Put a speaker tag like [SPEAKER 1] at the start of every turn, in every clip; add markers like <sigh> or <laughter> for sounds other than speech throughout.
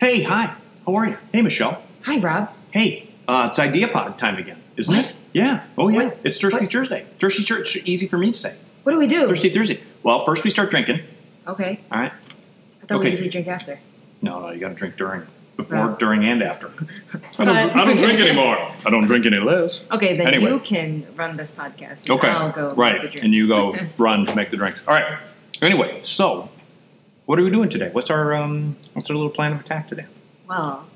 [SPEAKER 1] Hey, hi. How are you? Hey, Michelle.
[SPEAKER 2] Hi, Rob.
[SPEAKER 1] Hey, uh, it's Idea Pod time again, isn't
[SPEAKER 2] What?
[SPEAKER 1] it? Yeah. Oh, yeah.
[SPEAKER 2] What?
[SPEAKER 1] It's Thirsty
[SPEAKER 2] What?
[SPEAKER 1] Thursday. Thirsty Thursday. Easy for me to say.
[SPEAKER 2] What do we do?
[SPEAKER 1] Thirsty Thursday. Well, first we start drinking.
[SPEAKER 2] Okay.
[SPEAKER 1] All right.
[SPEAKER 2] I thought
[SPEAKER 1] Okay.
[SPEAKER 2] we usually drink after.
[SPEAKER 1] No, no, you got to drink during, before,
[SPEAKER 2] Oh.
[SPEAKER 1] during, and
[SPEAKER 2] <laughs>
[SPEAKER 1] after. I don't, I don't drink anymore. I don't drink any less.
[SPEAKER 2] Okay, then
[SPEAKER 1] Anyway.
[SPEAKER 2] you can run this podcast.
[SPEAKER 1] Okay.
[SPEAKER 2] I'll go. make the
[SPEAKER 1] right.
[SPEAKER 2] drinks.
[SPEAKER 1] and you go run to make the drinks. All right. Anyway, so what are we doing today? What's our um, what's our little plan of attack today?
[SPEAKER 2] <laughs> well,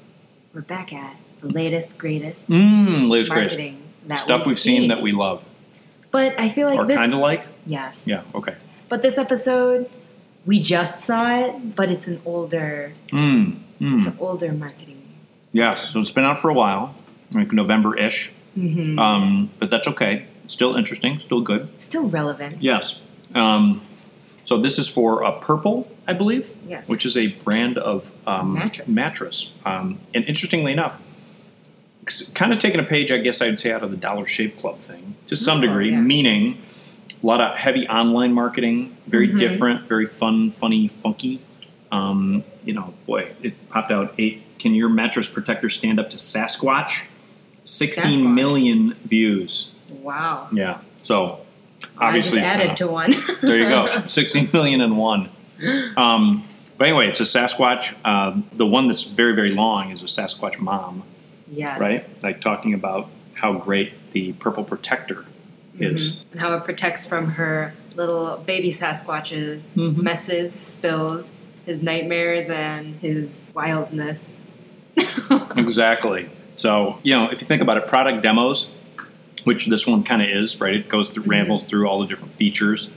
[SPEAKER 2] we're back at the latest, greatest
[SPEAKER 1] Mmm, latest greatest
[SPEAKER 2] marketing that
[SPEAKER 1] stuff we've seen that we love
[SPEAKER 2] But I feel like
[SPEAKER 1] or
[SPEAKER 2] this.
[SPEAKER 1] kind of like.
[SPEAKER 2] yes.
[SPEAKER 1] Yeah. Okay.
[SPEAKER 2] But this episode, we just saw it, but it's an older,
[SPEAKER 1] Mmm.
[SPEAKER 2] it's
[SPEAKER 1] Mmm.
[SPEAKER 2] an older marketing.
[SPEAKER 1] Yes. So it's been out for a while, like November ish.
[SPEAKER 2] Mhm.
[SPEAKER 1] Um, but that's okay. It's still interesting. Still good.
[SPEAKER 2] Still relevant.
[SPEAKER 1] Yes. Um, so this is for a purple, I believe.
[SPEAKER 2] Yes.
[SPEAKER 1] Which is a brand of um,
[SPEAKER 2] Mattress.
[SPEAKER 1] Um, and interestingly enough, kind of taking a page, I guess I'd say, out of the Dollar Shave Club thing to some
[SPEAKER 2] Oh,
[SPEAKER 1] degree,
[SPEAKER 2] yeah.
[SPEAKER 1] meaning a lot of heavy online marketing, very
[SPEAKER 2] Mm-hmm.
[SPEAKER 1] different, very fun, funny, funky. Um, you know, boy, it popped out eight. Can your mattress protector stand up to Sasquatch? Sixteen
[SPEAKER 2] Sasquatch.
[SPEAKER 1] million views.
[SPEAKER 2] Wow.
[SPEAKER 1] Yeah. So obviously,
[SPEAKER 2] I
[SPEAKER 1] it's
[SPEAKER 2] just
[SPEAKER 1] been
[SPEAKER 2] added
[SPEAKER 1] a-
[SPEAKER 2] to one.
[SPEAKER 1] there you go. 16 million and one. Um, but anyway, it's a Sasquatch. Um, the one that's very, very long is a Sasquatch mom,
[SPEAKER 2] <laughs> yes.
[SPEAKER 1] right? Like talking about how great the purple protector
[SPEAKER 2] Mm-hmm.
[SPEAKER 1] is.
[SPEAKER 2] and how it protects from her little baby Sasquatches,
[SPEAKER 1] Mm-hmm.
[SPEAKER 2] messes, spills, his nightmares, and his wildness.
[SPEAKER 1] Exactly. So, you know, if you think about it, product demos, which this one kind of is, right? It goes through,
[SPEAKER 2] Mm-hmm.
[SPEAKER 1] rambles through all the different features.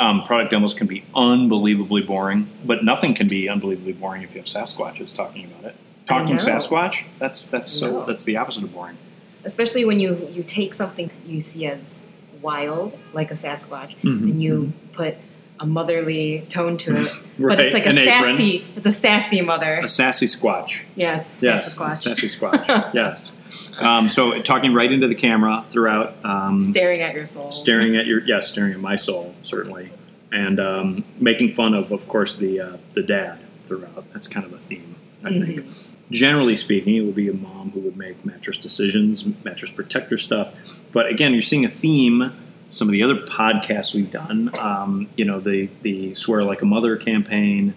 [SPEAKER 1] Um, product demos can be unbelievably boring, but nothing can be unbelievably boring if you have Sasquatches talking about it.
[SPEAKER 2] I
[SPEAKER 1] Talking
[SPEAKER 2] know.
[SPEAKER 1] Sasquatch, that's that's so
[SPEAKER 2] No.
[SPEAKER 1] that's the opposite of boring.
[SPEAKER 2] Especially when you, you take something you see as wild, like a Sasquatch,
[SPEAKER 1] Mm-hmm.
[SPEAKER 2] and you put a motherly tone to it. But
[SPEAKER 1] <laughs> Right,
[SPEAKER 2] it's like a
[SPEAKER 1] an apron.
[SPEAKER 2] sassy, it's a sassy mother.
[SPEAKER 1] A sassy squatch.
[SPEAKER 2] Yes,
[SPEAKER 1] Yes,
[SPEAKER 2] Sasquatch.
[SPEAKER 1] Sassy
[SPEAKER 2] <laughs>
[SPEAKER 1] squatch. yes. Um, so talking right into the camera throughout. Um,
[SPEAKER 2] Staring at your soul.
[SPEAKER 1] staring at your yes, staring at my soul certainly, and um, making fun of, of course, the uh, the dad throughout. That's kind of a theme, I think. Generally speaking, it would be a mom who would make mattress decisions, mattress protector stuff. But again, you're seeing a theme. Some of the other podcasts we've done, um, you know, the the swear like a mother campaign,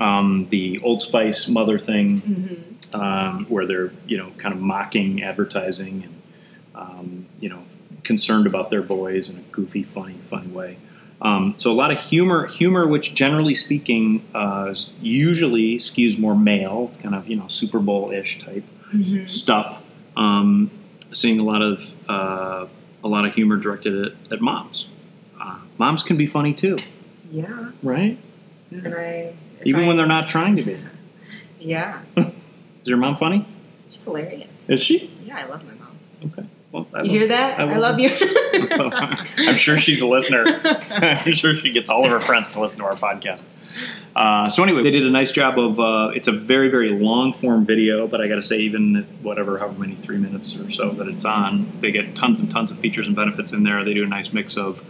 [SPEAKER 1] um, the Old Spice mother thing, um, where they're you know kind of mocking advertising and um, you know, concerned about their boys in a goofy, funny, fun way. Um, so a lot of humor, humor, which generally speaking uh, is usually skews more male. It's kind of you know Super Bowl ish type stuff. Um, seeing a lot of uh, a lot of humor directed at, at moms. Uh, moms can be funny too,
[SPEAKER 2] Yeah.
[SPEAKER 1] right?
[SPEAKER 2] And I. if
[SPEAKER 1] Even
[SPEAKER 2] I-
[SPEAKER 1] when they're not trying to be.
[SPEAKER 2] Yeah.
[SPEAKER 1] Is your mom funny?
[SPEAKER 2] She's hilarious.
[SPEAKER 1] Is she?
[SPEAKER 2] Yeah, I love my mom.
[SPEAKER 1] Okay. Well, I
[SPEAKER 2] You
[SPEAKER 1] love-
[SPEAKER 2] hear that?
[SPEAKER 1] I
[SPEAKER 2] I,
[SPEAKER 1] love
[SPEAKER 2] love
[SPEAKER 1] <laughs>
[SPEAKER 2] you. <laughs>
[SPEAKER 1] I'm sure she's a listener. I'm sure she gets all of her friends to listen to our podcast. Uh, so anyway, they did a nice job of. Uh, it's a very very long form video, but I got to say, even at whatever, however many three minutes or so that it's on, they get tons and tons of features and benefits in there. They do a nice mix of,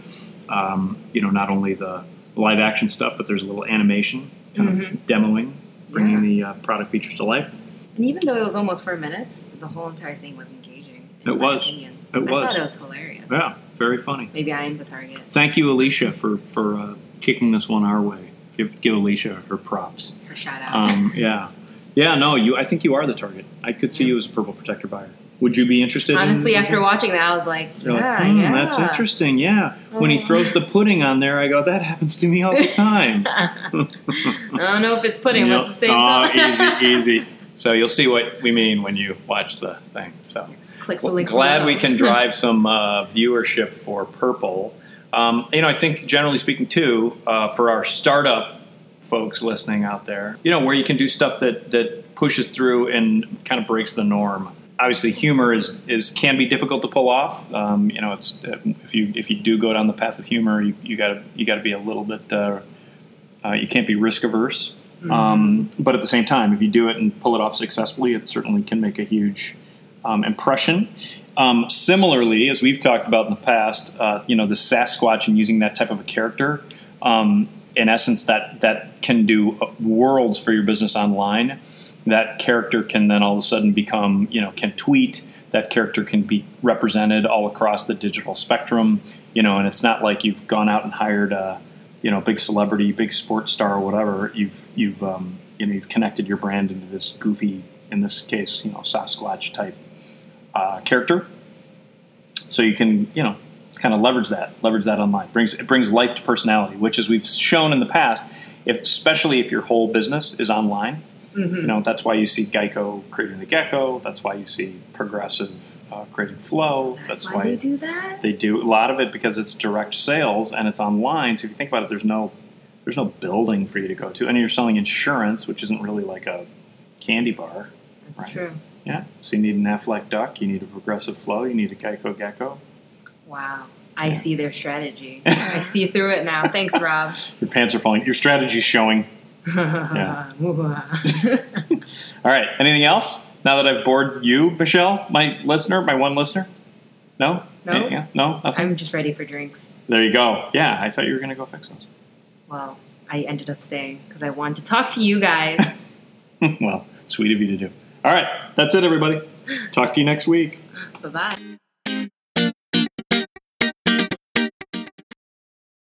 [SPEAKER 1] um, you know, not only the live action stuff, but there's a little animation kind of demoing, bringing the uh, product features to life.
[SPEAKER 2] And even though it was almost four minutes, the whole entire thing was engaging. in
[SPEAKER 1] It
[SPEAKER 2] my
[SPEAKER 1] was.
[SPEAKER 2] Opinion.
[SPEAKER 1] It
[SPEAKER 2] I
[SPEAKER 1] was.
[SPEAKER 2] thought it was hilarious.
[SPEAKER 1] Yeah, very funny.
[SPEAKER 2] Maybe I am the target.
[SPEAKER 1] Thank you, Alicia, for for uh, kicking this one our way. Give give Alicia her props.
[SPEAKER 2] Her shout out. <laughs>
[SPEAKER 1] Um, yeah, yeah. No, you. I think you are the target. I could see you as a purple protector buyer. Would you be interested?
[SPEAKER 2] Honestly,
[SPEAKER 1] in,
[SPEAKER 2] after watching that, I was like, yeah,
[SPEAKER 1] You're like, "Hmm,
[SPEAKER 2] yeah.
[SPEAKER 1] That's interesting. Yeah. When he
[SPEAKER 2] Oh.
[SPEAKER 1] throws the pudding on there, I go, that happens to me all
[SPEAKER 2] <laughs>
[SPEAKER 1] the time.
[SPEAKER 2] I don't know if it's pudding.
[SPEAKER 1] Yep.
[SPEAKER 2] What's the same
[SPEAKER 1] oh,
[SPEAKER 2] color? <laughs>
[SPEAKER 1] easy, easy. So you'll see what we mean when you watch the thing. So
[SPEAKER 2] Just click the
[SPEAKER 1] Gl-
[SPEAKER 2] link
[SPEAKER 1] glad
[SPEAKER 2] below.
[SPEAKER 1] we
[SPEAKER 2] <laughs>
[SPEAKER 1] can drive some uh, viewership for Purple. Um, you know, I think generally speaking too, uh, for our startup folks listening out there, you know, where you can do stuff that that pushes through and kind of breaks the norm. Obviously, humor is, is can be difficult to pull off. Um, you know, it's if you if you do go down the path of humor, you, you gotta you gotta be a little bit uh, uh, you can't be risk averse. Um, but at the same time, if you do it and pull it off successfully, it certainly can make a huge um, impression. Um, similarly, as we've talked about in the past, uh, you know, the Sasquatch and using that type of a character, uh, um, in essence, that that can do worlds for your business online. that character can then all of a sudden become, you know, can tweet. That character can be represented all across the digital spectrum, you know, and it's not like you've gone out and hired a, you know, big celebrity, big sports star, or whatever. You've you've um, you know you've connected your brand into this goofy, in this case, you know, Sasquatch type uh, character. So you can you know kind of leverage that, leverage that online. brings It brings life to personality, which as we've shown in the past, if, especially if your whole business is online,
[SPEAKER 2] Mm-hmm. Hmm.
[SPEAKER 1] you know that's why you see Geico creating the Gecko. That's why you see Progressive uh, creating Flow.
[SPEAKER 2] Oh, that's, why, they do that.
[SPEAKER 1] they do a lot of it because it's direct sales and it's online. So if you think about it, there's no there's no building for you to go to, and you're selling insurance, which isn't really like a candy bar.
[SPEAKER 2] That's
[SPEAKER 1] Right.
[SPEAKER 2] true.
[SPEAKER 1] Yeah. So you need an Aflac Duck, you need a Progressive Flow, you need a Geico Gecko.
[SPEAKER 2] Wow. I see
[SPEAKER 1] <laughs>
[SPEAKER 2] their strategy. I see through it now. Thanks, Rob.
[SPEAKER 1] Your pants are falling. Your strategy's showing. All right. Anything else? Now that I've bored you, Michelle, my listener, my one listener. No.
[SPEAKER 2] No.
[SPEAKER 1] Yeah, yeah, no. Nothing.
[SPEAKER 2] <laughs> I'm just ready for drinks.
[SPEAKER 1] there you go. Yeah, I thought you were gonna go fix those. <laughs>
[SPEAKER 2] Well, I ended up staying because I wanted to talk to you guys.
[SPEAKER 1] well, sweet of you to do. All right. That's it, everybody. Talk to you next week.
[SPEAKER 2] bye bye.